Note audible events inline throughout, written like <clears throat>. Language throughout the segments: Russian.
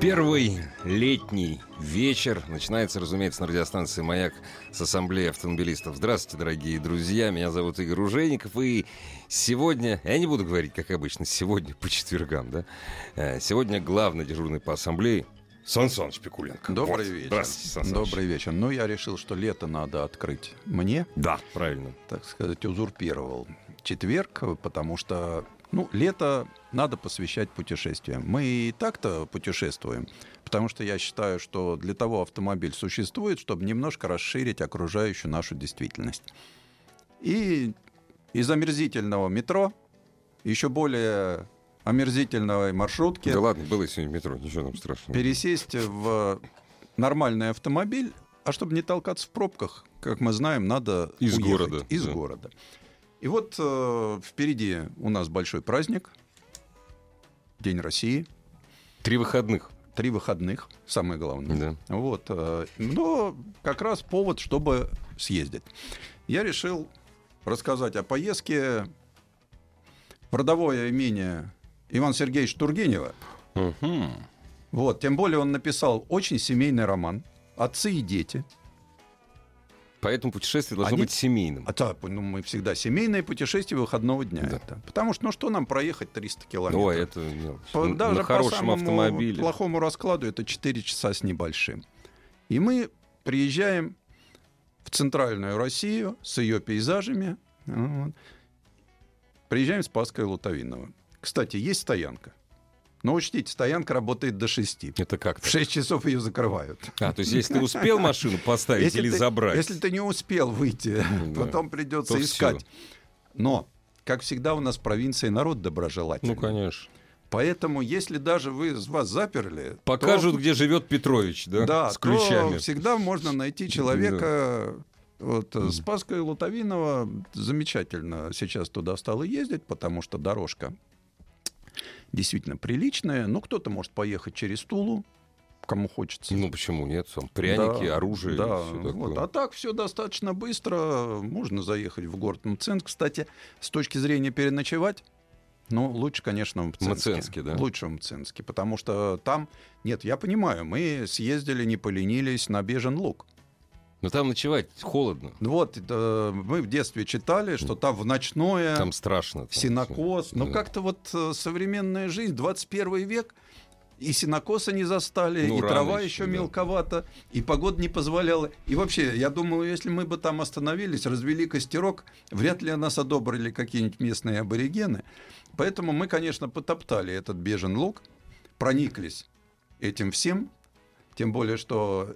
Первый летний вечер начинается, разумеется, на радиостанции «Маяк» с ассамблеи автомобилистов. Здравствуйте, дорогие друзья, меня зовут Игорь Ружейников, и сегодня, я не буду говорить, как обычно, сегодня по четвергам, да, Э, сегодня главный дежурный по ассамблее Сан Саныч Пикуленко. Добрый Вот. вечер. Здравствуйте, Сан Саныч. Добрый вечер. Ну, я решил, что лето надо открыть мне, Да, правильно. так сказать, узурпировал четверг, потому что, ну, лето надо посвящать путешествиям. Мы и так-то путешествуем, потому что я считаю, что для того автомобиль существует, чтобы немножко расширить окружающую нашу действительность. И из омерзительного метро, еще более омерзительной маршрутки, Да ладно, было сегодня в метро, ничего там страшного. пересесть в нормальный автомобиль, а чтобы не толкаться в пробках, как мы знаем, надо Из уехать города, Из да. города. И вот э, впереди у нас большой праздник, День России, Три выходных. три выходных, самое главное. Да. Вот, э, но как раз повод, чтобы съездить. Я решил рассказать о поездке в родовое имение Ивана Сергеевича Тургенева. Вот, тем более он написал очень семейный роман «Отцы и дети». Поэтому путешествие должно Они- быть семейным. А так, ну, мы всегда семейное путешествие выходного дня. Да. это. Потому что, ну что нам проехать 300 километров? Ой, это мелочь. По- На- даже на по хорошем самому автомобиле. плохому раскладу это 4 часа с небольшим. И мы приезжаем в центральную Россию с ее пейзажами. Вот. Приезжаем с Паской Лутовинова. Кстати, есть стоянка. Но учтите, стоянка работает до 6. Это как? В 6 часов ее закрывают. А, то есть, если ты успел машину поставить или ты, забрать. Если ты не успел выйти, Да. потом придется То всё. искать. Но, как всегда, у нас в провинции народ доброжелательный. Ну, конечно. Поэтому, если даже вы вас заперли, Покажут, где живет Петрович, то, да? да, с то ключами. всегда можно найти человека. Вот э, с Паской Лутовинова замечательно сейчас туда стало ездить, потому что дорожка действительно приличная. Ну, кто-то может поехать через Тулу, кому хочется. Ну, почему нет? Там пряники, Да, оружие, да, всё такое. вот. А так все достаточно быстро. Можно заехать в город Мценск. Кстати, с точки зрения переночевать, ну, лучше, конечно, в Мценске. Мценске, да? Лучше в Мценске, потому что там... Нет, я понимаю, мы съездили, не поленились на Бежен Луг. Но там ночевать холодно. Вот, э, мы в детстве читали, что там в ночное... Там страшно. там Синокос. всё. Ну, Да. как-то вот э, современная жизнь, 21 век, и синокоса не застали, Ну, и рано трава ещё, еще да. мелковата, и погода не позволяла. И вообще, я думаю, если мы бы там остановились, развели костерок, вряд ли нас одобрили какие-нибудь местные аборигены. Поэтому мы, конечно, потоптали этот бежен лук, прониклись этим всем, тем более, что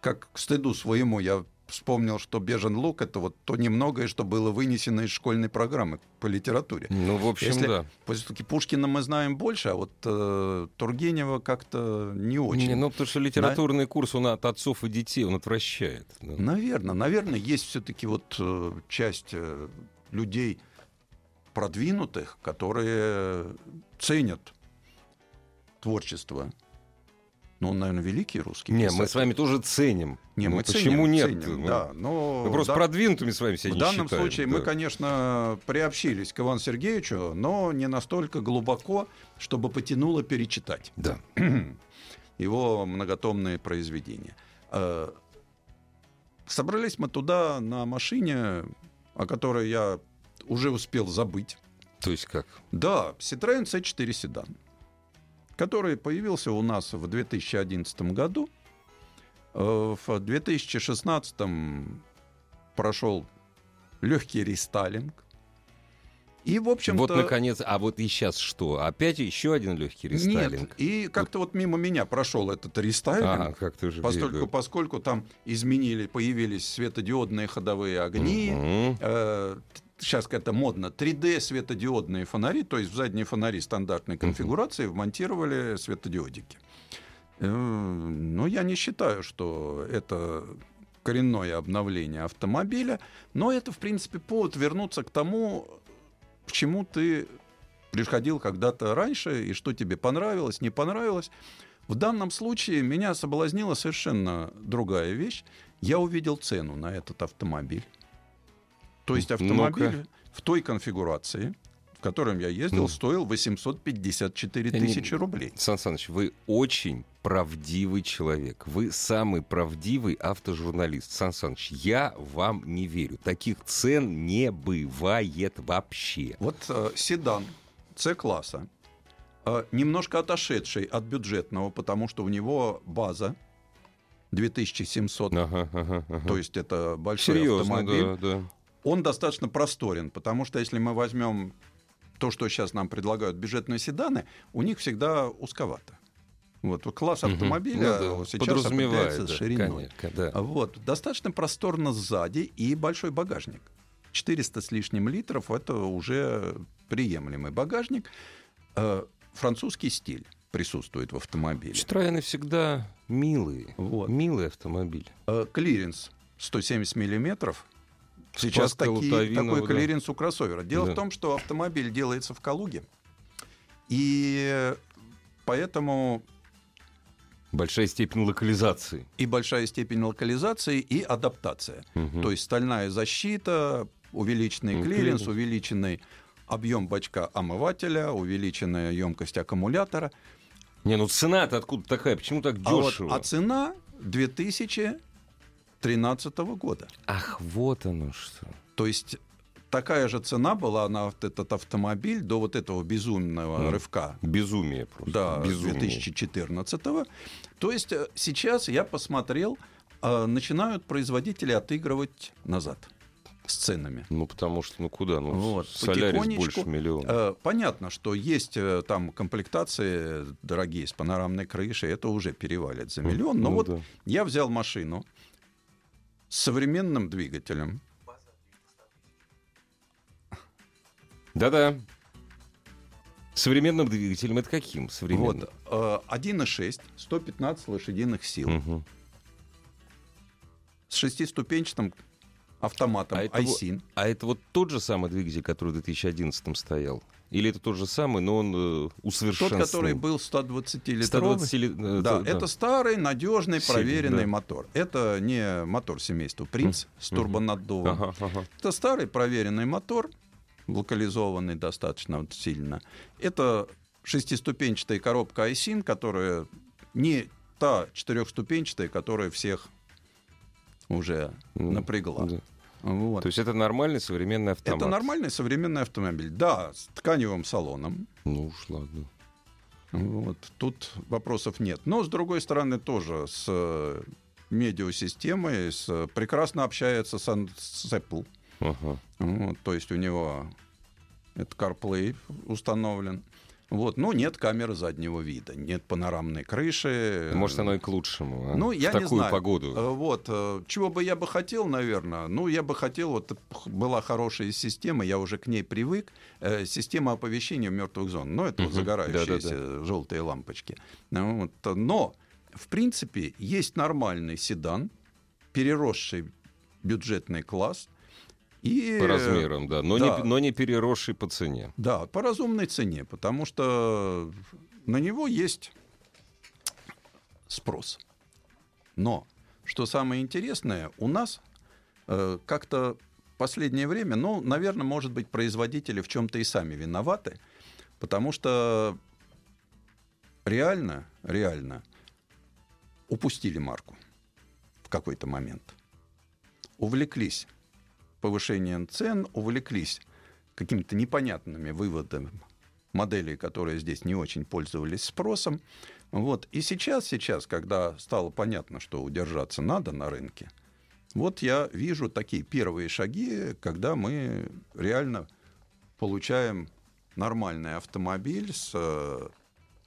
как к стыду своему я вспомнил, что «Бежен лук» — это вот то немногое, что было вынесено из школьной программы по литературе. Ну, в общем, Если да. Все-таки Пушкина мы знаем больше, а вот э, Тургенева как-то не очень. Не, ну, потому что литературный курс, он от отцов и детей, он отвращает. да. Наверное, наверное, есть все-таки вот э, часть э, людей продвинутых, которые ценят творчество. Ну, он, наверное, великий русский Не, мы писатель. с вами тоже ценим. Не, Ну, мы ценим, Почему нет? ценим, Ну, да, но Мы просто да, продвинутыми с вами себя в не данном считаем, случае мы, да. конечно, приобщились к Ивану Сергеевичу, но не настолько глубоко, чтобы потянуло перечитать <clears throat> Да. его многотомные произведения. Э, Собрались мы туда на машине, о которой я уже успел забыть. То есть как? Да, Citroёn C4 седан, который появился у нас в 2011 году. Э, В 2016 прошел легкий рестайлинг. И, в общем-то... Вот, наконец, а вот и сейчас что? Опять еще один легкий рестайлинг? Нет, и как-то вот мимо меня прошел этот рестайлинг. Ага, как ты же Поскольку, бегал. поскольку там изменили, появились светодиодные ходовые огни, Мгм. сейчас Э, это модно, 3D светодиодные фонари, то есть в задние фонари стандартной конфигурации вмонтировали светодиодики. Но я не считаю, что это коренное обновление автомобиля, но это, в принципе, повод вернуться к тому, к чему ты приходил когда-то раньше, и что тебе понравилось, не понравилось. В данном случае меня соблазнила совершенно другая вещь. Я увидел цену на этот автомобиль. То есть автомобиль Ну-ка. в той конфигурации, в котором я ездил, Ну. стоил 854 Я не- тысячи рублей. Сан Саныч, вы очень правдивый человек. Вы самый правдивый автожурналист. Сан Саныч, я вам не верю. Таких цен не бывает вообще. Вот э, седан С-класса, э, немножко отошедший от бюджетного, потому что у него база 2700, Ага, ага, ага. то есть это большой Серьезно, автомобиль. да, да. он достаточно просторен, потому что если мы возьмем то, что сейчас нам предлагают бюджетные седаны, у них всегда узковато. Вот класс Мгм. автомобиля Ну да, а сейчас подразумевает, определяется да, шириной. А конечно, да. Вот достаточно просторно сзади и большой багажник. 400 с лишним литров это уже приемлемый багажник. Э, Французский стиль присутствует в автомобиле. Штрайны всегда милые. Вот. Милый автомобиль. Э, Клиренс 170 миллиметров Сейчас Сейчас такие, Каутавинова, да. такой клиренс у кроссовера. Дело Да. в том, что автомобиль делается в Калуге, и поэтому Большая степень локализации. и большая степень локализации, и адаптация. Мгм. То есть стальная защита, увеличенный Ну, клиренс, клиренс. увеличенный объем бачка омывателя, увеличенная емкость аккумулятора. Не, ну цена-то откуда такая? Почему так А, вот- дешево? а цена 2013 года. Ах, вот оно что. То есть такая же цена была на вот этот автомобиль до вот этого безумного Ну, рывка Безумие просто. да, Безумие. 2014 То есть э, сейчас я посмотрел, э, начинают производители отыгрывать назад с ценами. Ну, потому что, ну куда? Ну, Вот, солярис потихонечку, больше миллиона. Э, Понятно, что есть э, там комплектации дорогие с панорамной крышей, это уже перевалит за миллион. Но Ну вот да. я взял машину с современным двигателем, Да-да. Современным двигателем это каким? Современным. вот, э, 1,6, 115 лошадиных сил, Мгм. с шестиступенчатым автоматом А это вот- ISIN. А это вот тот же самый двигатель, который в 2011 стоял? Или это тот же самый, но он э, Тот, усовершенствован? который был 120-литровый. 120 ли- э, Да, да. это старый, надежный, Сильный, проверенный да. мотор. Это не мотор семейства Принц с турбонаддувом. Ага, ага. Это старый проверенный мотор, локализованный достаточно вот сильно. Это шестиступенчатая коробка Айсин, которая не та четырехступенчатая, которая всех уже Ну, напрягла. да. Вот. То есть это нормальный современный автомат? Это нормальный современный автомобиль. Да, с тканевым салоном. Ну уж ладно. Вот, тут вопросов нет. Но, с другой стороны, тоже с э, медиасистемой, с, э, прекрасно общается с, ан- с Apple. Ага. Вот, то есть у него это CarPlay установлен. Вот, но нет камеры заднего вида, нет панорамной крыши. Может, оно и к лучшему. а? Э, Ну, я в не такую знаю. погоду. Э, Вот, э, чего бы я бы хотел, наверное, ну, я бы хотел, вот х- была хорошая система, я уже к ней привык, э, система оповещения мертвых зон, ну, это вот Мгм. загорающиеся Да-да-да. желтые лампочки. Ну, вот, э, Но, в принципе, есть нормальный седан, переросший бюджетный класс, и... По размерам, да. Но, да. Не, но не переросший по цене. Да, по разумной цене, потому что на него есть спрос. Но, что самое интересное, у нас э, как-то в последнее время, ну, наверное, может быть, производители в чем-то и сами виноваты, потому что реально, реально упустили марку в какой-то момент. Увлеклись повышением цен, увлеклись какими-то непонятными выводами моделей, которые здесь не очень пользовались спросом. Вот. И сейчас, сейчас, когда стало понятно, что удержаться надо на рынке, вот я вижу такие первые шаги, когда мы реально получаем нормальный автомобиль с э,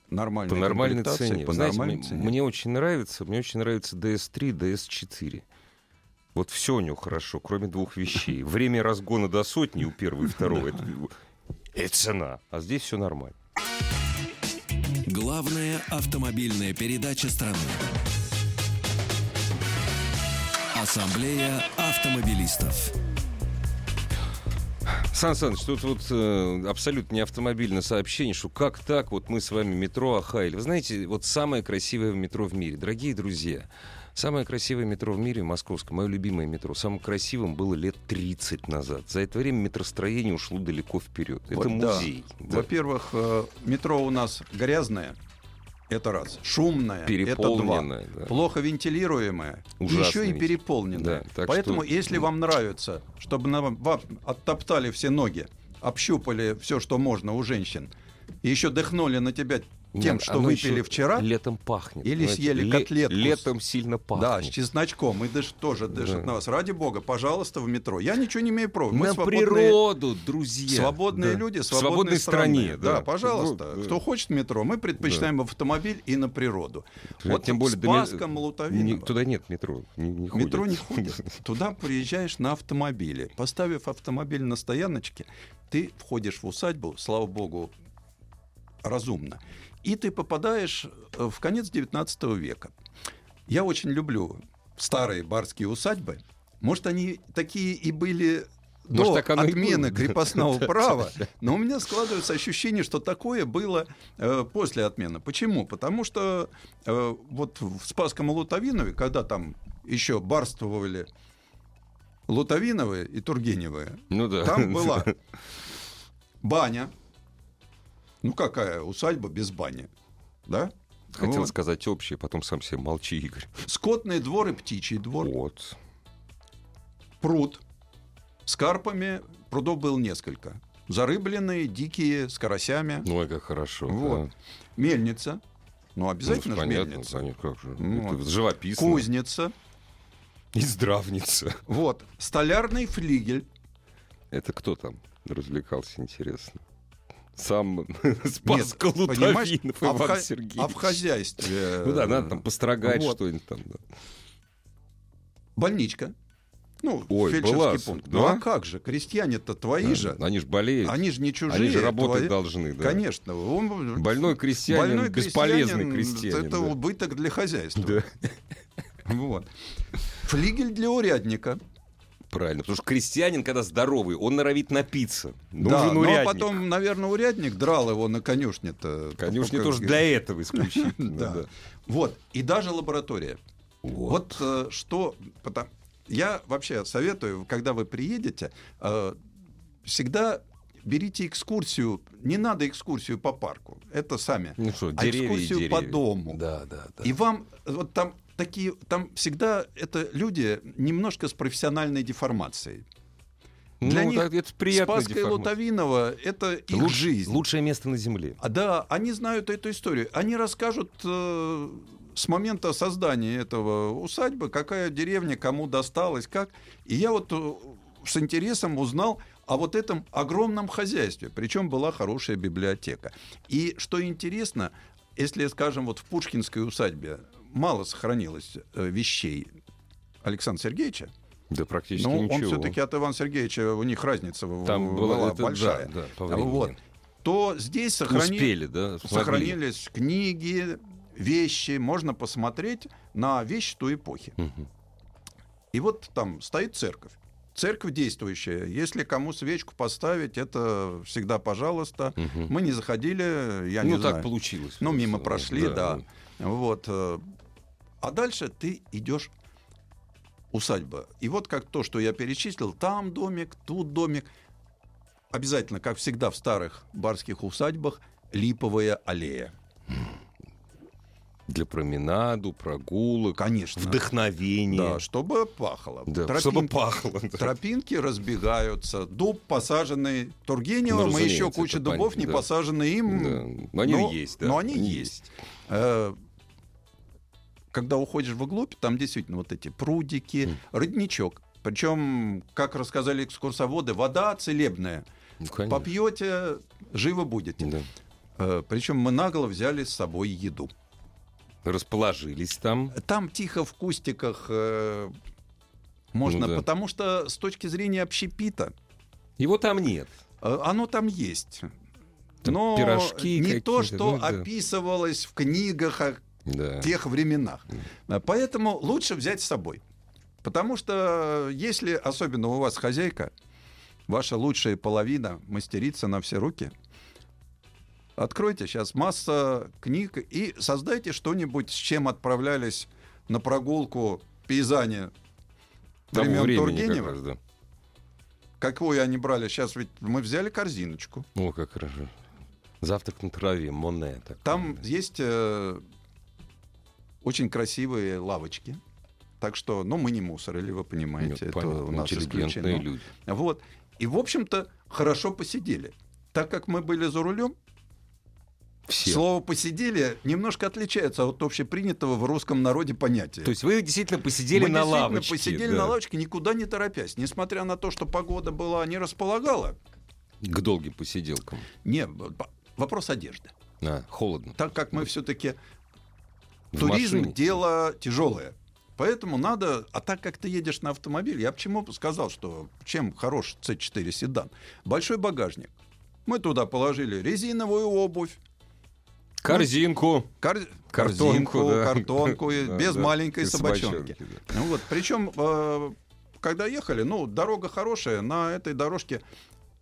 нормальной По нормальной комплектацией, цене. по Знаете, нормальной мне, цене. мне очень нравится, мне очень нравится DS3, DS4. Вот все у него хорошо, кроме двух <laughs> вещей. Время разгона до сотни у э, первого и второго. Это, и цена. А здесь все нормально. Главная автомобильная передача страны. Ассамблея автомобилистов. Сан Саныч, тут вот э, абсолютно не автомобильное сообщение, что как так, вот мы с вами метро Ахайль. Вы знаете, вот самое красивое метро в мире. Дорогие друзья, самое красивое метро в мире, московское, мое любимое метро, самым красивым было лет 30 назад. За это время метростроение ушло далеко вперед. Это Вот, да. музей. Да. Во-первых, э, метро у нас грязное, это раз. Шумное, это два. Переполненное, да. Плохо вентилируемое, Ужасно еще и ведь. переполненное. Да, так Поэтому, что- если вам нравится, чтобы на- вам оттоптали все ноги, общупали все, что можно у женщин, и еще дыхнули на тебя тем, Нет, что оно выпили еще вчера, Летом пахнет. или понимаете? съели Ле- котлетку с- Летом сильно да, с пахнет. чесночком, и дыш, тоже дышит на вас. Ради бога, пожалуйста, в метро. Я ничего не имею против. Мы На свободные- природу, друзья. Свободные Да. люди, В свободные свободной страны. стране. да. да. пожалуйста. Ну, да. Кто хочет в метро, мы предпочитаем автомобиль и на природу. Вот тем более до Спаска ме- Молотовинова. не- туда нет метро. Не, не ходят. <laughs> метро не ходит. Туда приезжаешь на автомобиле. Поставив автомобиль на стояночке, ты входишь в усадьбу, слава богу, разумно. И ты попадаешь э, в конец 19 века. Я очень люблю старые барские усадьбы. Может, они такие и были Может, до так оно и отмены было. <laughs> крепостного права, но у меня складывается ощущение, что такое было э, после отмены. Почему? Потому что э, вот в Спасском Лутовинове, когда там еще барствовали Лутовиновы и Тургеневы, Ну да. там была баня. Ну какая усадьба без бани, да? <laughs> Хотел Вот. сказать общее, потом сам себе молчи, Игорь. Скотный двор и птичий двор. Вот. пруд с карпами. Прудов было несколько. Зарыбленные, дикие, с карасями. Ну, а как хорошо. Вот. да. Мельница. Ну, обязательно Ну, же понятно, мельница. конечно, как же. Вот. Это живописно. <laughs> Кузница. И здравница. Вот. Столярный флигель. Это кто там развлекался, интересно? Сам <laughs> Нет, Спас понимаешь, Колутовинов, а в Иван ха- Сергеевич. А в хозяйстве... э, Ну да, надо там построгать Вот. что-нибудь там. да. Больничка. Ну, Ой, фельдшерский была, пункт. да? Ну, а как же? Крестьяне-то твои Да, же. Они же болеют. Они же не чужие. Они же работать твои. должны, да. Конечно. Он... Больной крестьянин, Больной бесполезный крестьянин. Это да. убыток для хозяйства. Да. Вот. Флигель для урядника. Правильно, потому что крестьянин, когда здоровый, он норовит напиться. Нужен да, ну а урядник. потом, наверное, урядник драл его на конюшне-то. Конюшня Как- тоже для этого исключительно. <laughs> Да. да. Вот. И даже лаборатория. Вот. Вот, э, что... потом- Я вообще советую, когда вы приедете, э, всегда берите экскурсию. Не надо экскурсию по парку. Это сами. Ну что, А деревья и экскурсию деревья. по дому. Да, да, да. И вам э, вот там такие, там всегда это люди немножко с профессиональной деформацией. для ну, них да, это приятно. Спаска и Лутовинова это их жизнь. Лучшее место на земле. А, Да, они знают эту историю. Они расскажут э, с момента создания этого усадьбы, какая деревня, кому досталась, как. И я вот э, с интересом узнал о вот этом огромном хозяйстве. Причем была хорошая библиотека. И что интересно, если, скажем, вот в Пушкинской усадьбе мало сохранилось э, вещей Александра Сергеевича, Да практически но Ну, он ничего. все-таки от Ивана Сергеевича, у них разница в- Там была, была, это- большая. да, да, по времени. Вот. То здесь сохрани- Успели, да? смогли. сохранились книги, вещи. Можно посмотреть на вещи той эпохи. Мгм. И вот там стоит церковь. Церковь действующая. Если кому свечку поставить, это всегда пожалуйста. Мгм. Мы не заходили, я ну, не так знаю. получилось. Ну, мимо Да, прошли, да. ну, Вот. э, А дальше ты идешь усадьба. И вот как то, что я перечислил, там домик, тут домик. Обязательно, как всегда в старых барских усадьбах, липовая аллея. Для променаду, прогулок, Конечно. Да, вдохновения. чтобы пахло. Да, чтобы пахло. да. Тропинки разбегаются, дуб посаженный Тургеневым, Ну, и еще разумеется, куча это дубов, не понятно, да. посаженные им. Да. Но они но- есть, да. но они есть. Э, когда уходишь вглубь, там действительно вот эти прудики, Хм. родничок. Причем, как рассказали экскурсоводы, вода целебная. Ну, конечно. Попьете, живы будете. Да. Причем мы наголо взяли с собой еду. Расположились там. Там тихо в кустиках э, можно, Ну да. потому что с точки зрения общепита Его там нет. э, оно там есть. Там но пирожки не то, какие-то, что ну да. описывалось в книгах а о Да. тех временах. А Поэтому лучше взять с собой. Потому что э, если, особенно у вас хозяйка, ваша лучшая половина мастерица на все руки, откройте сейчас масса книг и создайте что-нибудь, с чем отправлялись на прогулку пейзане Того времен времени как Тургенева. раз, да. Какую они брали? Сейчас ведь мы взяли корзиночку. О, как хорошо. Завтрак на траве, Моне. такой. Там есть э, очень красивые лавочки. Так что, ну, мы не мусорили, вы понимаете, Нет, это понятно, у нас интеллигентные исключено. люди. Вот. И, в общем-то, хорошо посидели. Так как мы были за рулем, Все. слово «посидели» немножко отличается от общепринятого в русском народе понятия. То есть вы действительно посидели мы на действительно лавочке. посидели да, на лавочке, никуда не торопясь. Несмотря на то, что погода была не располагала. К долгим посиделкам. Не, б- вопрос одежды. А, холодно. Так как мы все-таки В Туризм машине. дело тяжелое. Поэтому надо, а так как ты едешь на автомобиле, я почему сказал, что чем хорош C4 седан? Большой багажник. Мы туда положили резиновую обувь, Корзинку. кар- Картонку, корзинку, да. <laughs> картонку, и Да, без да, маленькой без собачонки. собачонки, да. Ну вот, причем, э, когда ехали, ну, дорога хорошая, на этой дорожке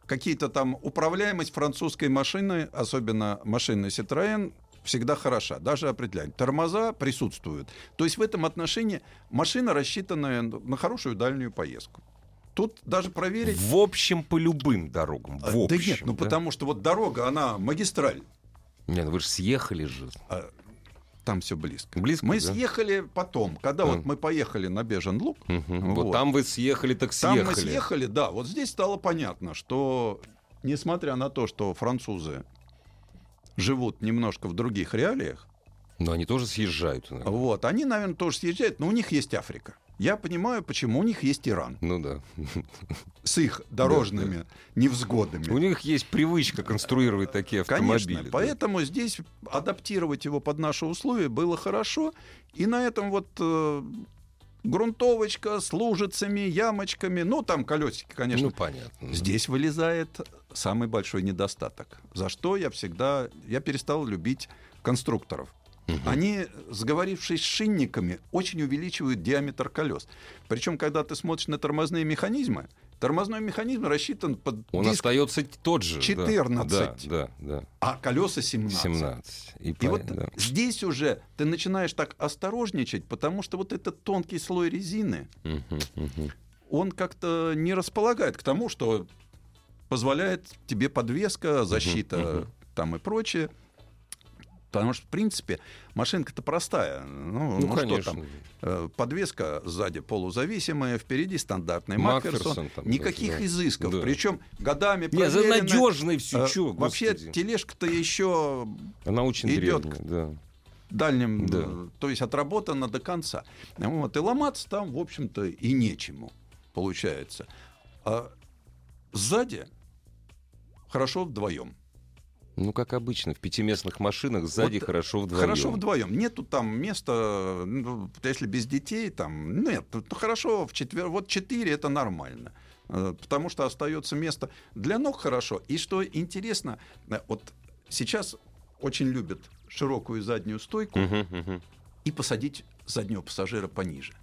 какие-то там управляемость французской машины, особенно машины Citroën, всегда хороша, даже определяем. Тормоза присутствуют. То есть в этом отношении машина рассчитанная на хорошую дальнюю поездку. Тут даже проверить... В общем, по любым дорогам. В общем, да нет, ну потому что вот дорога, она магистраль. Нет, вы же съехали же. А, Там все близко. Близко, Мы да. съехали потом, когда вот Да. мы поехали на Бежен Лук. Мгм. Вот. там вы съехали, так Там съехали. мы съехали, да. Вот здесь стало понятно, что несмотря на то, что французы живут немножко в других реалиях, Но они тоже съезжают. иногда. вот, они, наверное, тоже съезжают, но у них есть Африка. Я понимаю, почему у них есть Иран Ну да. с их дорожными невзгодами. У них есть привычка конструировать такие автомобили. Конечно, да. поэтому здесь адаптировать его под наши условия было хорошо, и на этом вот э, грунтовочка с лужицами, ямочками, ну там колесики, конечно, Ну понятно. Здесь вылезает самый большой недостаток. За что я всегда... Я перестал любить конструкторов. Они, сговорившись с шинниками, очень увеличивают диаметр колес. Причем, когда ты смотришь на тормозные механизмы, тормозной механизм рассчитан под Он диск, остается тот же. да. 14. Да, да, а колеса да. 17. 17. И, И по- вот да. здесь уже ты начинаешь так осторожничать, потому что вот этот тонкий слой резины, Мгм, Ну, мгм. он как-то не располагает к тому, что позволяет тебе подвеска, защита там и прочее. Потому что, в принципе, машинка-то простая. Ну, Ну, ну конечно. что там? Э, Подвеска сзади полузависимая, впереди стандартный Макферсон Макферсон. там, Никаких да, да. изысков. Да. Причем годами Не, за проверено. надежный все, Э, чё, Вообще господи. тележка-то еще Она очень идёт древняя, да. дальним, Да. э, то есть отработано до конца. Вот, и ломаться там, в общем-то, и нечему получается. А сзади хорошо вдвоем. Ну, как обычно, в пятиместных машинах сзади Вот хорошо вдвоем. Хорошо вдвоем. Нету там места, ну, если без детей, там нет. Ну, хорошо в четвер... Вот четыре это нормально. Э, Потому что остается место для ног хорошо. И что интересно, э, вот сейчас очень любят широкую заднюю стойку Мгм, мгм. и посадить заднего пассажира пониже.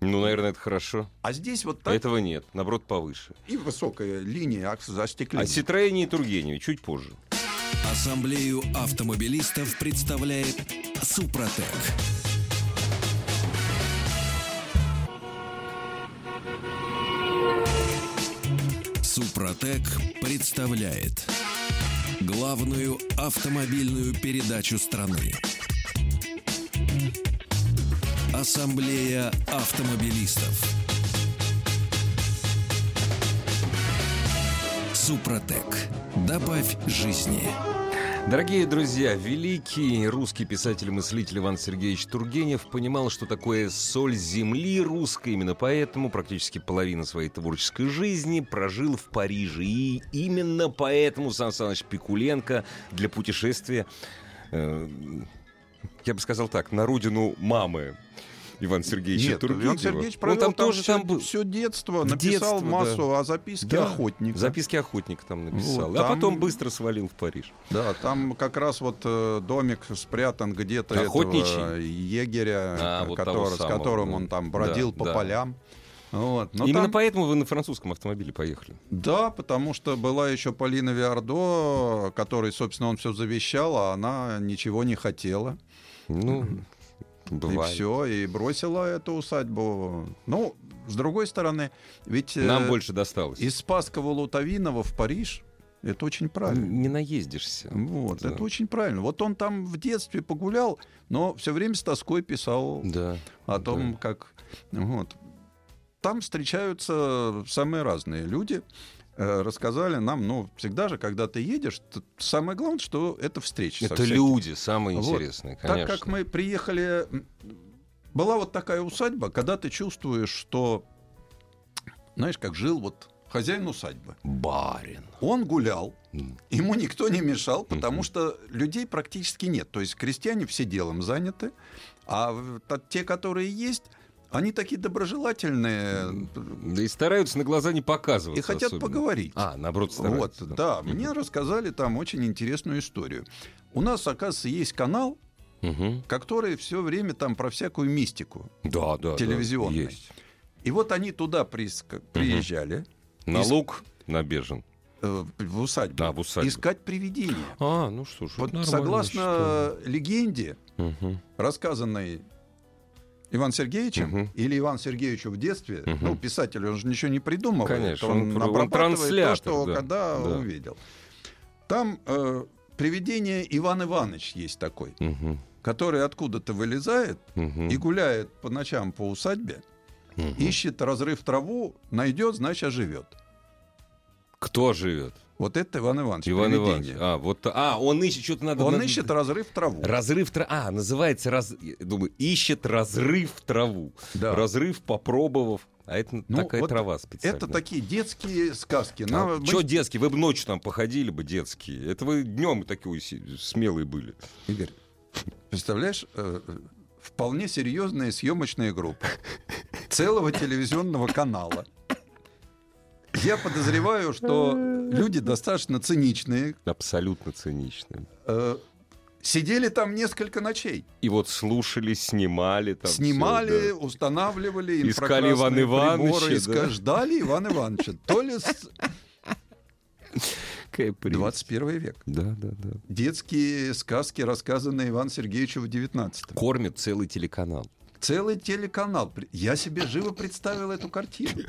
Ну, наверное, это хорошо. А здесь вот А так Этого нет, наоборот, повыше. и высокая линия акс- А застекления. Ситроене и Тургеневе чуть позже. Ассамблею автомобилистов представляет Супротек. Супротек представляет главную автомобильную передачу страны. Ассамблея автомобилистов. Супротек. Добавь жизни. Дорогие друзья, великий русский писатель-мыслитель Иван Сергеевич Тургенев понимал, что такое соль земли русской. Именно поэтому практически половину своей творческой жизни прожил в Париже. И именно поэтому Сан Саныч Пикуленко для путешествия, э, я бы сказал так, на родину мамы. Иван Сергеевича Нет, Тургенева. Иван Сергеевич провел он там, тоже все, там был. детство, В детство, написал да. массу о записке Да, охотника. Записки охотника там написал. Вот, А там- потом быстро свалил в Париж. Да, там как раз вот э, домик спрятан где-то этого э, Охотничий? егеря, А, э, вот который- того с самого, которым да. он там бродил Да, по да. полям. Вот. Но Именно Ну, там- поэтому вы на французском автомобиле поехали. Да, потому что была еще Полина Виардо, которой, собственно, он все завещал, а она ничего не хотела. Ну, бывает. И все, и бросила эту усадьбу. Ну, с другой стороны, ведь э, Нам больше досталось. из Спасского Лутовинова в Париж это очень правильно. Не наездишься. Вот, Да. это очень правильно. Вот он там в детстве погулял, но все время с тоской писал Да. о том, как... Вот. Там встречаются самые разные люди. Э, Рассказали нам, ну, всегда же, когда ты едешь, т- самое главное, что это встреча. со Это всякими. люди самые Вот. интересные, конечно. Так как мы приехали, м, была вот такая усадьба, когда ты чувствуешь, что, знаешь, как жил вот хозяин усадьбы. Барин. Он гулял, М. ему никто не мешал, потому Мгм. что людей практически нет. То есть крестьяне все делом заняты, а в- та- те, которые есть, они такие доброжелательные Да и стараются на глаза не показывать. и хотят поговорить. А, наоборот, Вот, стараются. да, мне рассказали там очень интересную историю. У нас, оказывается, есть канал, Мгм. который все время там про всякую мистику. Да, да. да, Телевизионный. Есть. И вот они туда прииска- приезжали, На Из- луг, на Бежин. э, в усадьбу, Да, в усадьбу. искать привидения. А, ну что ж, Вот нормально, согласно легенде, что вы. Мгм. рассказанной Иван Сергеевичем Мгм. или Иван Сергеевичу в детстве, Мгм. ну, писатель, он же ничего не придумал. Конечно, он, он- он обрабатывает транслятор, то, что да, когда да. увидел. Там э, привидение Иван Иванович есть такой, Мгм. который откуда-то вылезает Мгм. и гуляет по ночам по усадьбе, Мгм. ищет разрыв траву, найдет, значит, оживет. Кто живет? Вот это Иван Иванович. Иван привидение. Иванович. А, вот, а, он ищет, что-то надо... Он надо- ищет разрыв траву. Разрыв траву. А, называется раз... я Думаю, ищет разрыв траву. Да. Разрыв, попробовав. А это Ну, такая вот трава специально. Это такие детские сказки. А, Нам- мы Чё детские? Вы бы ночью там походили бы детские. Это вы днем такие си- смелые были. Игорь, представляешь, э, э, вполне серьезные съемочные группы целого телевизионного канала. Я подозреваю, что люди достаточно циничные. Абсолютно циничные. э, Сидели там несколько ночей. И вот слушали, снимали там. всё, Снимали, да. устанавливали Искали инфракрасные Ивана Ивановича, приборы, иска- да. ждали Ивана Ивановича. То ли с- Какая прелесть. 21 век. Да, да, да. Детские сказки, рассказанные Ивану Сергеевичу в 19 Кормят целый телеканал. Целый телеканал. При- Я себе живо представил эту картину.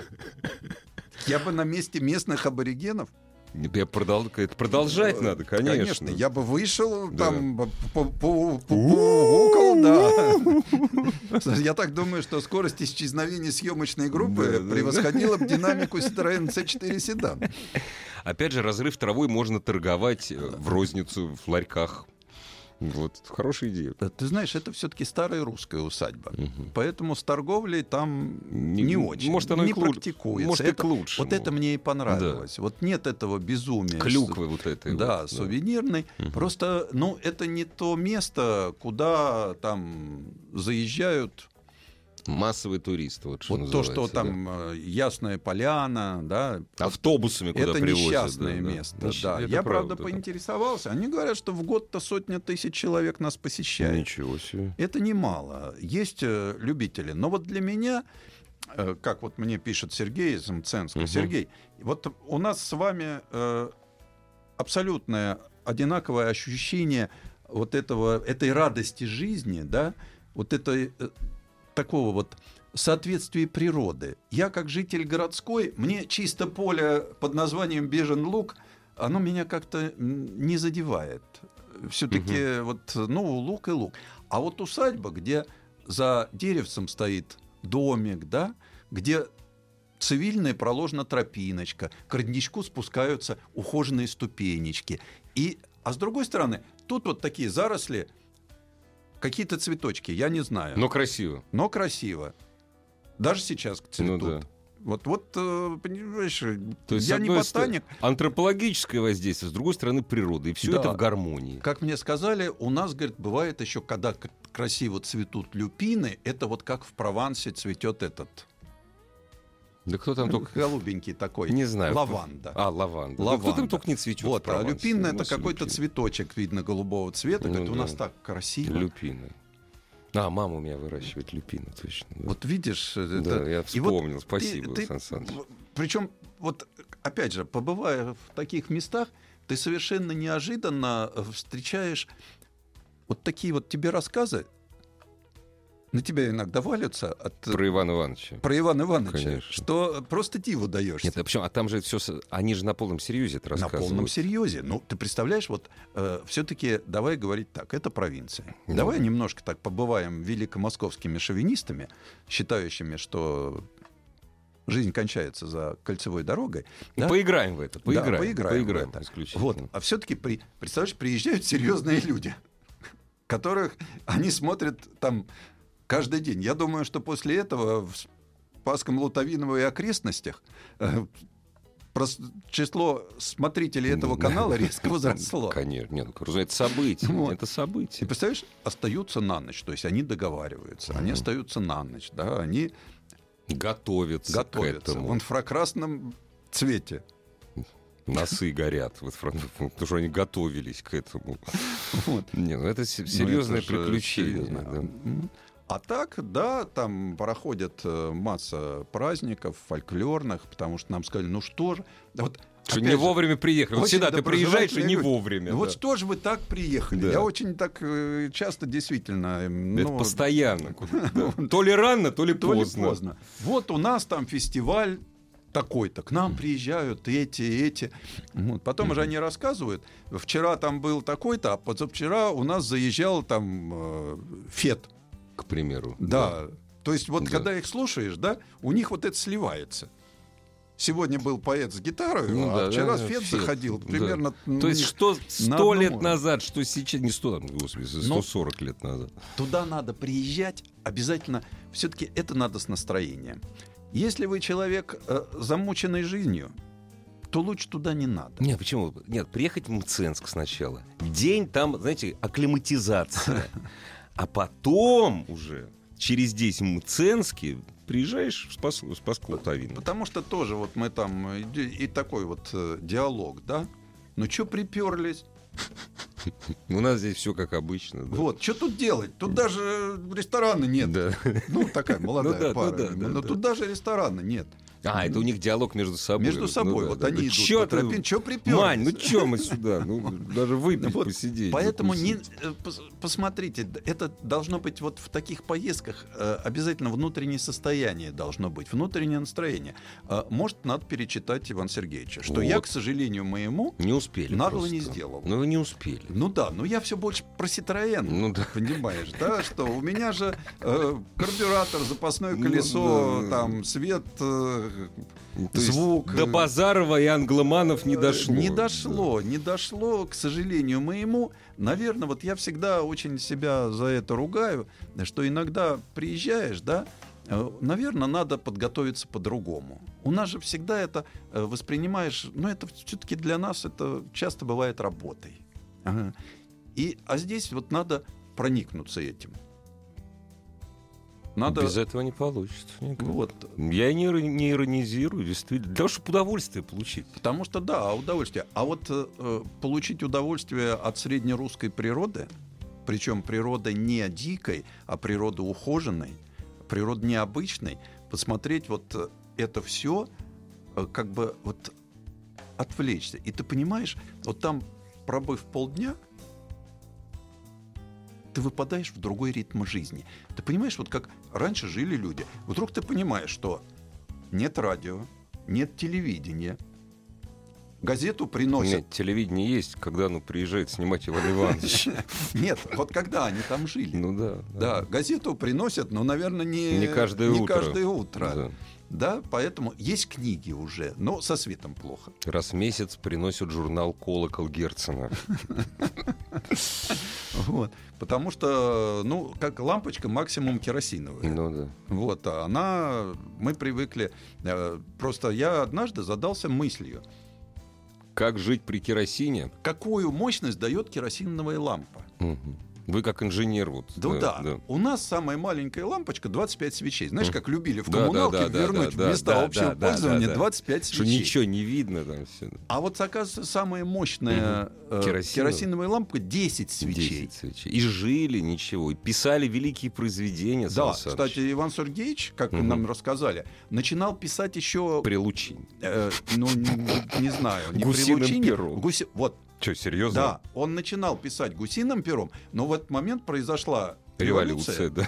Я бы на месте местных аборигенов... Я продол- это продолжать э, надо, конечно. я бы вышел Да. там б- по- по- по- поукал, да. Слушай, Я так думаю, что скорость исчезновения съемочной Да, группы да, да. превосходила бы динамику Citroёn C4 седан. Опять же, разрыв травой можно торговать э, в розницу, в ларьках. Вот, хорошая идея. Э, Ты знаешь, это все-таки старая русская усадьба. Поэтому с торговлей там Не- не, очень. может, оно и не к лу- практикуется. может, и Это- к лучшему. Вот это мне и понравилось. Вот нет этого безумия. Клюквы вот что- этой. да, вот, сувенирной. Просто, ну, это не то место, куда там заезжают. Массовый турист, вот что вот то, называется, что да. там э, Ясная Поляна, да. Автобусами куда это привозят. несчастное да, да. место, Несч- да. это Я, правда, да. поинтересовался. Они говорят, что в год-то сотня тысяч человек нас посещает. Ничего себе. Это немало. Есть э, любители. Но вот для меня, э, как вот мне пишет Сергей из Мценска, Мгм. Сергей, вот у нас с вами э, абсолютное одинаковое ощущение вот этого, этой радости жизни, да, вот этой э, такого вот соответствия природы. Я как житель городской, мне чисто поле под названием Бежен Лук, оно меня как-то м, не задевает. Все-таки вот, ну, лук и лук. А вот усадьба, где за деревцем стоит домик, да, где цивильная проложена тропиночка, к родничку спускаются ухоженные ступенечки. И, а с другой стороны, тут вот такие заросли, какие-то цветочки, я не знаю, но, Но Ну, красиво. красиво. Даже сейчас Ну цветут. да. Вот, вот э, понимаешь, То есть, с я не одной стороны, ботаник. антропологическое воздействие, с другой стороны, природа. И все Да. это в гармонии. Как мне сказали, у нас, говорит, бывает еще, когда к- красиво цветут люпины, это вот как в Провансе цветет этот Да кто там только... голубенький такой. Не знаю. Лаванда. А, лаванда. Да Лаванда. Кто там только не цветет вот, а люпина Ну, это какой-то цвет. цветочек, видно, голубого цвета. Ну говорит, у да. нас так красиво. Люпина. А, мама у меня выращивает люпину, точно. да. Вот видишь, э, это- Да, я и вот вспомнил. ты- Спасибо, ты- Сан Саныч. Причем, вот опять же, побывая в таких местах, ты совершенно неожиданно э, встречаешь вот такие вот тебе рассказы. На тебя иногда валятся от э, Про Ивана Ивановича. про Ивана Ивановича, Конечно. что просто диву даешься. Нет, а почему? А там же все... Они же на полном серьезе это на рассказывают. полном серьезе. Ну, ты представляешь, вот все-таки давай говорить так, это провинция. Ну. Давай немножко так побываем великомосковскими шовинистами, считающими, что жизнь кончается за кольцевой дорогой. И да? Поиграем в это. Да, Поиграем. поиграем в поиграем это. исключительно. Ну, Вот. А все-таки, представляешь, приезжают серьезные люди, которых они смотрят там каждый день. Я думаю, что после этого в Спасском Лутовиново и окрестностях э, прос- число смотрителей этого Да. <laughs> канала резко возросло. Конечно. Нет, ну, разумеется, событие. <laughs> Вот. Это И событие. представляешь, остаются на ночь, то есть они договариваются, они Мгм. остаются на ночь, да, они Готовятся, к готовятся этому. в инфракрасном цвете. <laughs> Носы горят. Вот, <laughs> фрон- потому что они готовились к этому. Вот. Не, ну это се- Ну, серьезное это же приключение. серьезно. да. Мгм. А так, да, там проходит э, масса праздников фольклорных, потому что нам сказали, ну что же, да вот Что опять не же, вовремя приехали. Вот очень всегда ты приезжаешь и не доброжелательные люди. вовремя. Ну Вот да. что же вы так приехали? Да. Я очень так э, часто действительно... э, Это ну, постоянно. куда- да. То ли рано, то ли то ли поздно. поздно. Вот у нас там фестиваль такой-то. К нам приезжают эти, эти. Вот. Потом уже они рассказывают. Вчера там был такой-то, а позавчера у нас заезжал там э, Фет. К примеру. Да. То есть вот Да. когда их слушаешь, да, у них вот это сливается. Сегодня был поэт с гитарой, Ну а да, да, вчера да, Фет все. заходил. Да. Примерно. То ну, есть не- что одном сто лет уровне. назад, что сейчас... Не сто, там, господи, Ну, 140 лет назад. туда надо приезжать, обязательно все-таки это надо с настроением. Если вы человек э, замученный жизнью, то лучше туда не надо. Нет, почему? Нет, приехать в Мценск сначала. День там, знаете, акклиматизация. А потом уже через 10 Мценске приезжаешь в Спас, в Спасск-Лутовино. Потому что тоже вот мы там э, ди- и такой вот э, диалог, да? Ну что приперлись? У нас здесь все как обычно. да. Вот, что тут делать? Тут даже ресторана нет. Да. Ну, такая молодая <laughs> Ну да, ну пара. да, да, но да. тут даже ресторана нет. А, это у них диалог между собой. Ну Между собой. вот они идут Че по тропинке. Чё припёрлись? Мань, ну че мы сюда? Ну, даже выпить, Ну вот, посидеть. Поэтому не, закусить. э, пос- посмотрите, д- это должно быть вот в таких поездках э, обязательно внутреннее состояние должно быть, внутреннее настроение. А, Может, надо перечитать Иван Сергеевича, что я, Вот. к сожалению, моему, Не успели. нагло просто. не сделал. Ну, не успели. ну да, но я все больше про Ситроен. Ну да. Понимаешь, да, что у меня же э, карбюратор, запасное колесо, Ну да. там свет, э, То есть звук. До э, Базарова и Англоманов не Э, дошло. Не Да. дошло, не дошло, к сожалению, моему. Наверное, вот я всегда очень себя за это ругаю, что иногда приезжаешь, да, наверное, надо подготовиться по-другому. У нас же всегда это э, воспринимаешь, ну это все-таки для нас это часто бывает работой. Ага. И, а здесь вот надо проникнуться этим. Надо... Ну. Без э-, этого не получится. никак. Вот. Я и не, иро- не иронизирую, действительно. Для того, чтобы удовольствие получить. Потому что да, удовольствие. А вот э, э, получить удовольствие от среднерусской природы, причем природа не дикой, а природа ухоженной, природа необычной, посмотреть вот э, это все, как бы вот отвлечься. И ты понимаешь, вот там пробыв полдня, ты выпадаешь в другой ритм жизни. Ты понимаешь, вот как раньше жили люди. Вдруг ты понимаешь, что нет радио, нет телевидения, газету меня приносят. телевидение есть, когда ну, приезжает снимать <laughs> Иван Иванович. Нет, вот когда они там жили. Ну да. Да, газету приносят, но, наверное, не, Не каждое не утро. каждое утро. Да. Да, поэтому есть книги уже, но со светом плохо. Раз в месяц приносят журнал «Колокол» Герцена. Вот. Потому что, ну, как лампочка максимум керосиновая. Ну да. Вот, а она, мы привыкли. э, Просто я однажды задался мыслью, Как жить при керосине? какую мощность дает керосиновая лампа. Мгм. Вы как инженер вот. Да, да, У нас самая маленькая лампочка 25 свечей. Знаешь, как любили в Да, да, коммуналке да, да, вернуть да, да, в места да, общего да, да, пользования да, да. 25 Что свечей. ничего не видно там все. А вот, оказывается, самая мощная э, Керосиновая. керосиновая лампа 10 свечей. 10 свечей. И жили ничего, и писали великие произведения. Сан Да, Саныч. кстати, Иван Сергеевич, как Мгм. нам рассказали, начинал писать еще, При Лучине. э, ну, не, не знаю, не при Гусиным Лучине. пером. Гуси- вот, Что, серьезно? да, он начинал писать гусиным пером, но в этот момент произошла Революция, да.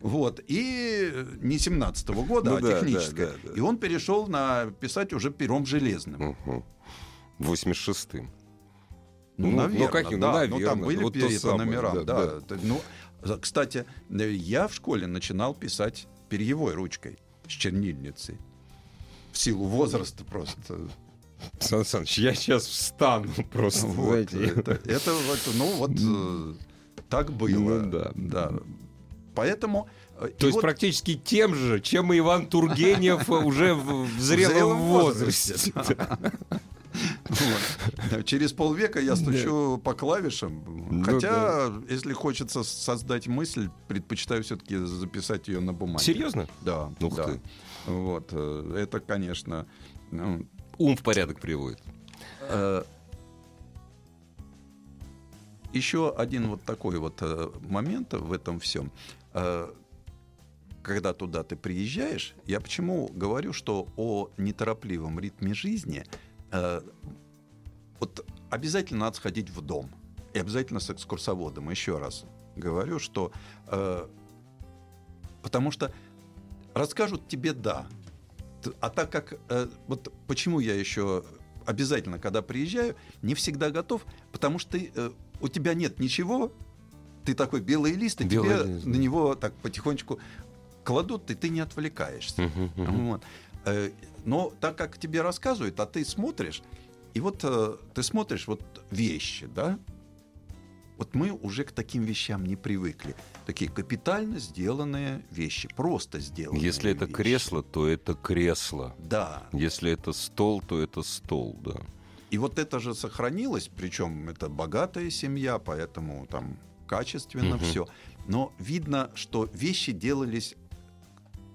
Вот, и э, не 17-го года, Ну а да, да, техническая. да, да. И он перешел на писать уже пером железным. Мгм. В 86-м. Ну, Ну, наверное, ну, как и- ну, да, наверное, ну, там были вот то перья по самое, номерам, да, да. Это, Ну, за- кстати, э, я в школе начинал писать перьевой ручкой с чернильницей. В силу возраста просто. Сан Саныч, я сейчас встану просто. Вот, знаете. это, это вот, ну вот э, так было. Ну да. Поэтому... э, и То есть вот- практически тем же, чем и Иван Тургенев э, уже в в зрелом зрелом возрасте. <laughs> <laughs> Вот. Да, Через полвека я стучу по клавишам. Ну Хотя, если хочется создать мысль, предпочитаю все-таки записать ее на бумаге. Серьезно? Да. Ух да. ты. Вот. э, Это, конечно. ну, Ум в порядок приводит. э, Еще один вот такой вот э, момент в этом всем. Э, Когда туда ты приезжаешь, я почему говорю, что о неторопливом ритме жизни, э, вот обязательно надо сходить в дом. И обязательно с экскурсоводом. Еще раз говорю, что... э, потому что расскажут тебе «да». Т- А так как... э, вот почему я еще обязательно, когда приезжаю, не всегда готов, потому что ты, э, у тебя нет ничего, ты такой белый лист, и Белый тебе лист, на да. него так потихонечку кладут, и ты не отвлекаешься. Вот. Э, Но так как тебе рассказывают, а ты смотришь, и вот э, ты смотришь вот вещи, да? Вот мы уже к таким вещам не привыкли. Такие капитально сделанные вещи, просто сделанные. Если это вещи. кресло, то это кресло. Да. Если это стол, то это стол, да. И вот это же сохранилось, причем это богатая семья, поэтому там качественно Мгм. все. Но видно, что вещи делались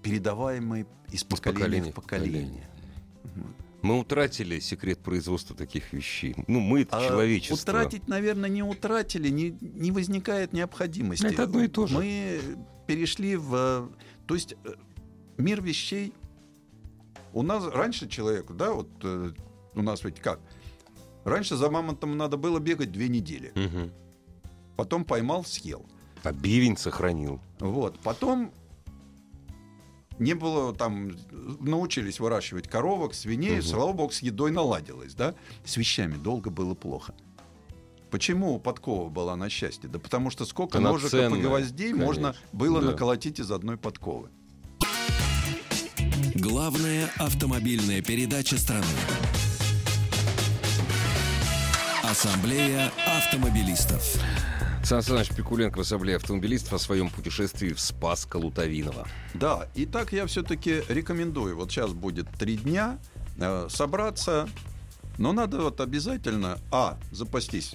передаваемые из поколения поколения в в поколение. поколение. Мы утратили секрет производства таких вещей. Ну, мы это А человечество. Утратить, наверное, не утратили, не, не возникает необходимости. Это одно и то же. Мы перешли в... э, То есть э, мир вещей... У нас раньше человеку, да, вот э, у нас ведь как? Раньше за мамонтом надо было бегать две недели. Мгм. Потом поймал, съел. А бивень сохранил. Вот. Потом не было там... Научились выращивать коровок, свиней. Мгм. Слава богу, с едой наладилось, да? С вещами долго было плохо. Почему подкова была на счастье? Да потому что сколько Она ножек и ценная, гвоздей конечно. можно было Да. наколотить из одной подковы. Главная автомобильная передача страны. Ассамблея автомобилистов. Сан Саныч Пикуленко в Ассамблее автомобилистов о своем путешествии в Спасско-Лутовиново. Да, и так я все-таки рекомендую. Вот сейчас будет три дня э, собраться, но надо вот обязательно, а, запастись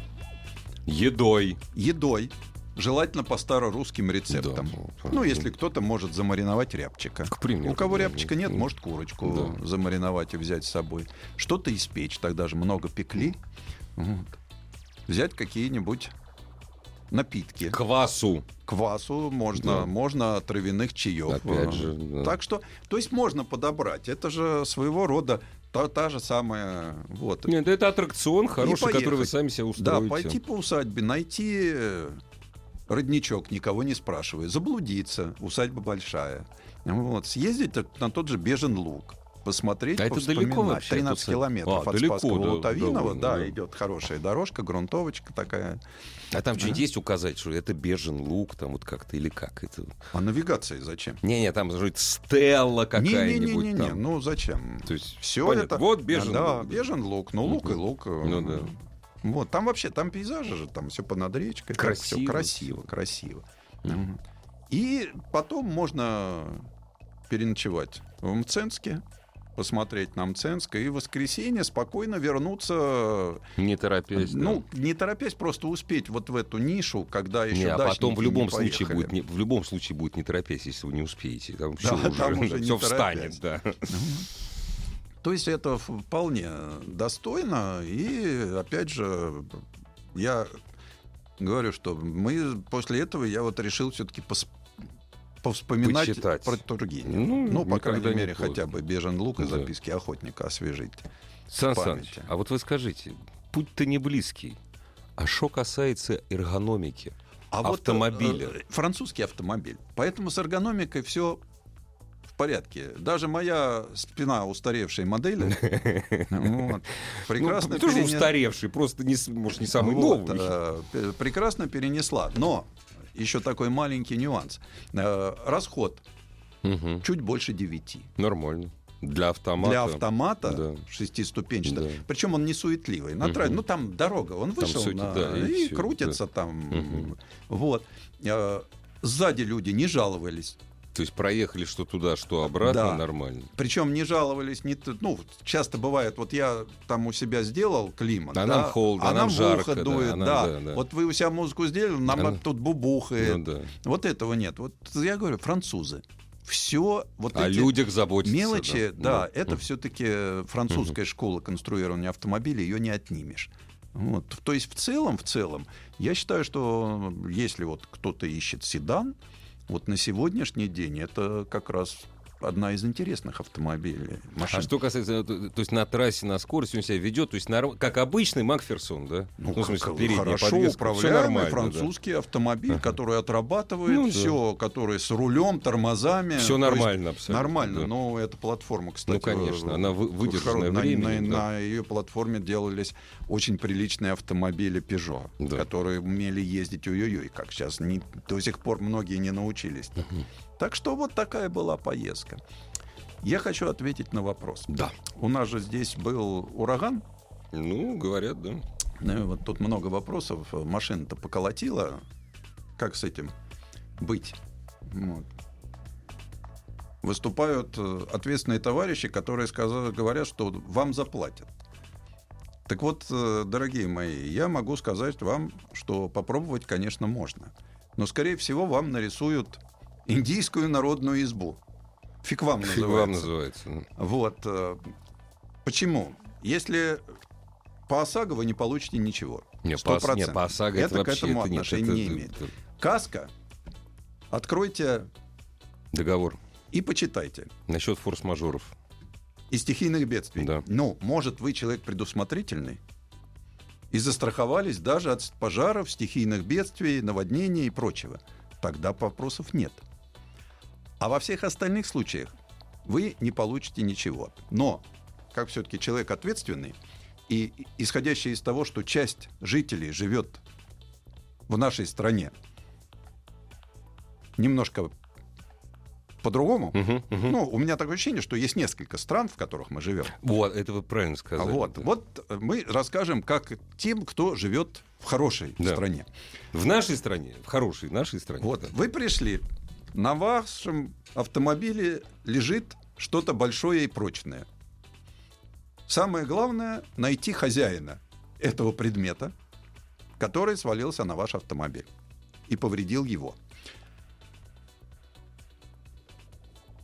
Едой. едой, желательно по старорусским рецептам. Да, ну, ну, если кто-то может замариновать рябчика. К примеру, У кого да, рябчика нет, ну, может курочку да. замариновать и взять с собой. Что-то испечь, тогда же много пекли. Вот. Взять какие-нибудь напитки. Квасу. Квасу можно, Да. можно травяных чаев. Опять же, А, да. Так что, то есть можно подобрать. Это же своего рода та, та же самая... Вот. Нет, это аттракцион хороший, который вы поехать. сами себе Да, устроите. пойти по усадьбе, найти э, родничок, никого не спрашивая, заблудиться, усадьба большая. Вот, съездить так на тот же Бежен Луг. посмотреть, Да А это повспоминать. далеко вообще, 13 это- километров а, от далеко, Спасского да, Лутовинова, да, да, да. идет хорошая дорожка, грунтовочка такая. А там что-нибудь есть указать, что это бежен лук, там вот как-то или как это? А навигация зачем? Не-не, там же стелла какая-нибудь. Не-не-не-не, там. ну зачем? То есть Все понятно. это... Вот бежен Да, лук. бежен лук. Ну, лук и Мгм. лук. Ну да. Вот, там вообще, там пейзажи же, там все понад речкой. Все Красиво. красиво, красиво. Мгм. И потом можно переночевать в Мценске, посмотреть на Мценск, и в воскресенье спокойно вернуться, Не торопясь. да. ну, не торопясь, просто успеть вот в эту нишу, когда еще Не, а потом дачники в любом не случае поехали. будет не, в любом случае будет не торопясь, если вы не успеете. Там Да, всё <laughs> там уже не всё встанет, торопясь. да. То есть это вполне достойно. И опять же, я говорю, что мы после этого я вот решил все-таки повспоминать Почитать. про Тургенева. Ну, Ну, по крайней никогда не мере, поздно. хотя бы «Бежен лук» и Да. «Записки охотника» освежить. Сан памяти. Саныч, а вот вы скажите, путь-то не близкий. А что касается эргономики? А вот, Автомобили. э, э, французский автомобиль. Поэтому с эргономикой все в порядке. Даже моя спина <laughs> устаревшей модели вот, прекрасно ну, тоже перене- устаревший, просто не, с- может, не самый Вот, новый. э, пе- прекрасно перенесла. Но еще такой маленький нюанс. Э, Расход Мгм. чуть больше 9. Нормально. Для автомата. Для автомата Да. шестиступенчатого. Да. Причем он не суетливый. На Мгм. трассе- ну там дорога, он вышел сути, на- да, и и, всё, крутится там. Мгм. Вот. Э, Сзади люди не жаловались. То есть проехали что туда, что обратно, Да. нормально. Причем не жаловались, не т- ну, часто бывает, вот я там у себя сделал климат, А да, нам холодно, а а нам нам, в жарко, ухо да, дует, а нам- да. да, да. Вот вы у себя музыку сделали, нам А от- ну- тут бубухает. Ну да. Вот этого нет. Вот я говорю, французы. Все вот О эти А людях заботиться. Ну. мелочи, да, это Мгм. все-таки французская школа конструирования автомобилей, ее не отнимешь. Вот. То есть в целом, в целом, я считаю, что э, если вот кто-то ищет седан, вот на сегодняшний день это как раз одна из интересных автомобилей. А машин. что касается, э, то, то есть на трассе, на скорости он себя ведет, то есть норм- как обычный Макферсон, да? Ну, в смысле, как- передняя хорошо подвеска, всё управляемый нормально, французский автомобиль, который отрабатывает Ну, да. все, который с рулем, тормозами. Всё То есть нормально абсолютно, Нормально, да. но эта платформа, кстати. Ну, конечно, э, она вы- выдержанная хоро- на- временем, На, да. ее платформе делались очень приличные автомобили Peugeot, Да. которые умели ездить ой-ой-ой, как сейчас не, до сих пор многие не научились. Так что вот такая была поездка. Я хочу ответить на вопрос. Да. У нас же здесь был ураган, да. Ну, говорят, да. ну, и вот тут много вопросов. Машина-то поколотила. Как с этим быть? Вот. Выступают э, ответственные товарищи, которые сказа- говорят, что вам заплатят. Так вот, э, дорогие мои, я могу сказать вам, что попробовать, конечно, можно. Но, скорее всего, вам нарисуют индийскую народную избу. Фиг вам Фиг называется. вам называется. ну. Вот. э, Почему? Если по ОСАГО вы не получите ничего. Не, по, ос- 100%. не, по ОСАГО это, Это к вообще этому это нет, отношения это- не это имеет. Каска. Откройте договор и почитайте. насчет форс-мажоров. И стихийных бедствий. Да. Ну, может, вы человек предусмотрительный. И застраховались даже от пожаров, стихийных бедствий, наводнений и прочего. Тогда вопросов нет. А во всех остальных случаях вы не получите ничего. Но, как все-таки человек ответственный, и исходящий из того, что часть жителей живет в нашей стране немножко по-другому, Мгм, мгм. ну, у меня такое ощущение, что есть несколько стран, в которых мы живем. Вот, это вы правильно А сказали. Вот, да. вот мы расскажем, как тем, кто живет в хорошей Да. стране. В нашей стране, в хорошей нашей стране. Вот, да. вы пришли, на вашем автомобиле лежит что-то большое и прочное. Самое главное — найти хозяина этого предмета, который свалился на ваш автомобиль и повредил его.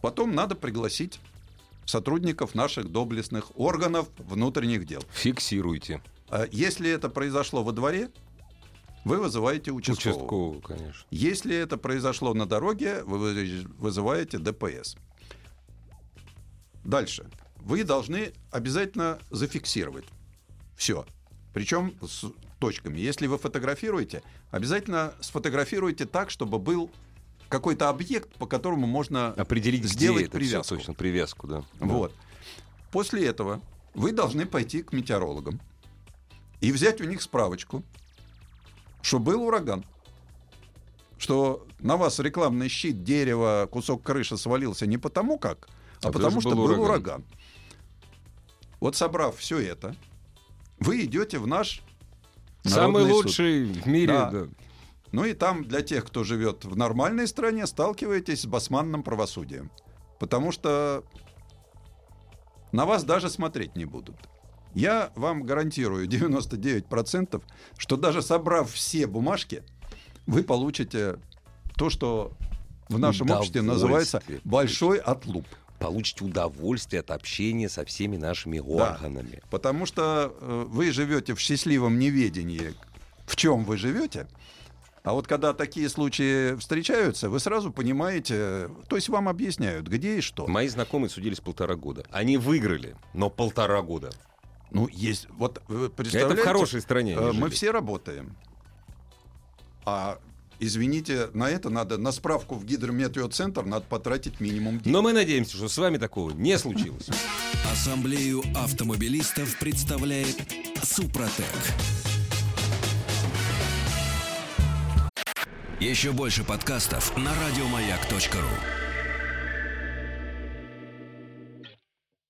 Потом надо пригласить сотрудников наших доблестных органов внутренних дел. Фиксируйте. А Если это произошло во дворе, вы вызываете участкового. Участкового, конечно. Если это произошло на дороге, вы вы- вызываете ДПС. Дальше. Вы должны обязательно зафиксировать все. Причем с точками. Если вы фотографируете, обязательно сфотографируйте так, чтобы был какой-то объект, по которому можно Определить, сделать где это всё привязку. точно, привязку, да. Вот. После этого вы должны пойти к метеорологам и взять у них справочку, что был ураган, что на вас рекламный щит, дерево, кусок крыши свалился не потому как, а, А потому потому что что был был ураган. ураган. Вот собрав все это, вы идете в наш Самый Народный суд. лучший в мире. Да. да. Ну и там для тех, кто живет в нормальной стране, сталкиваетесь с басманным правосудием. Потому что на вас даже смотреть не будут. Я вам гарантирую 99%, что даже собрав все бумажки, вы получите то, что в нашем обществе называется Удовольствие. большой отлуп. Получите удовольствие от общения со всеми нашими органами. Потому что э, вы живете в счастливом неведении, в чем вы живете. А вот когда такие случаи встречаются, вы сразу понимаете, э, то есть вам объясняют, где и что. Мои знакомые судились полтора года. Они выиграли, но полтора года. Ну, есть, вот вы Это в представляете, хорошей стране. они э, мы жили. все работаем. А извините, на это надо, на справку в гидрометеоцентр надо потратить минимум денег. Но мы надеемся, что с вами такого не случилось. Ассамблею автомобилистов представляет Супротек. Еще больше подкастов на радиомаяк.ру.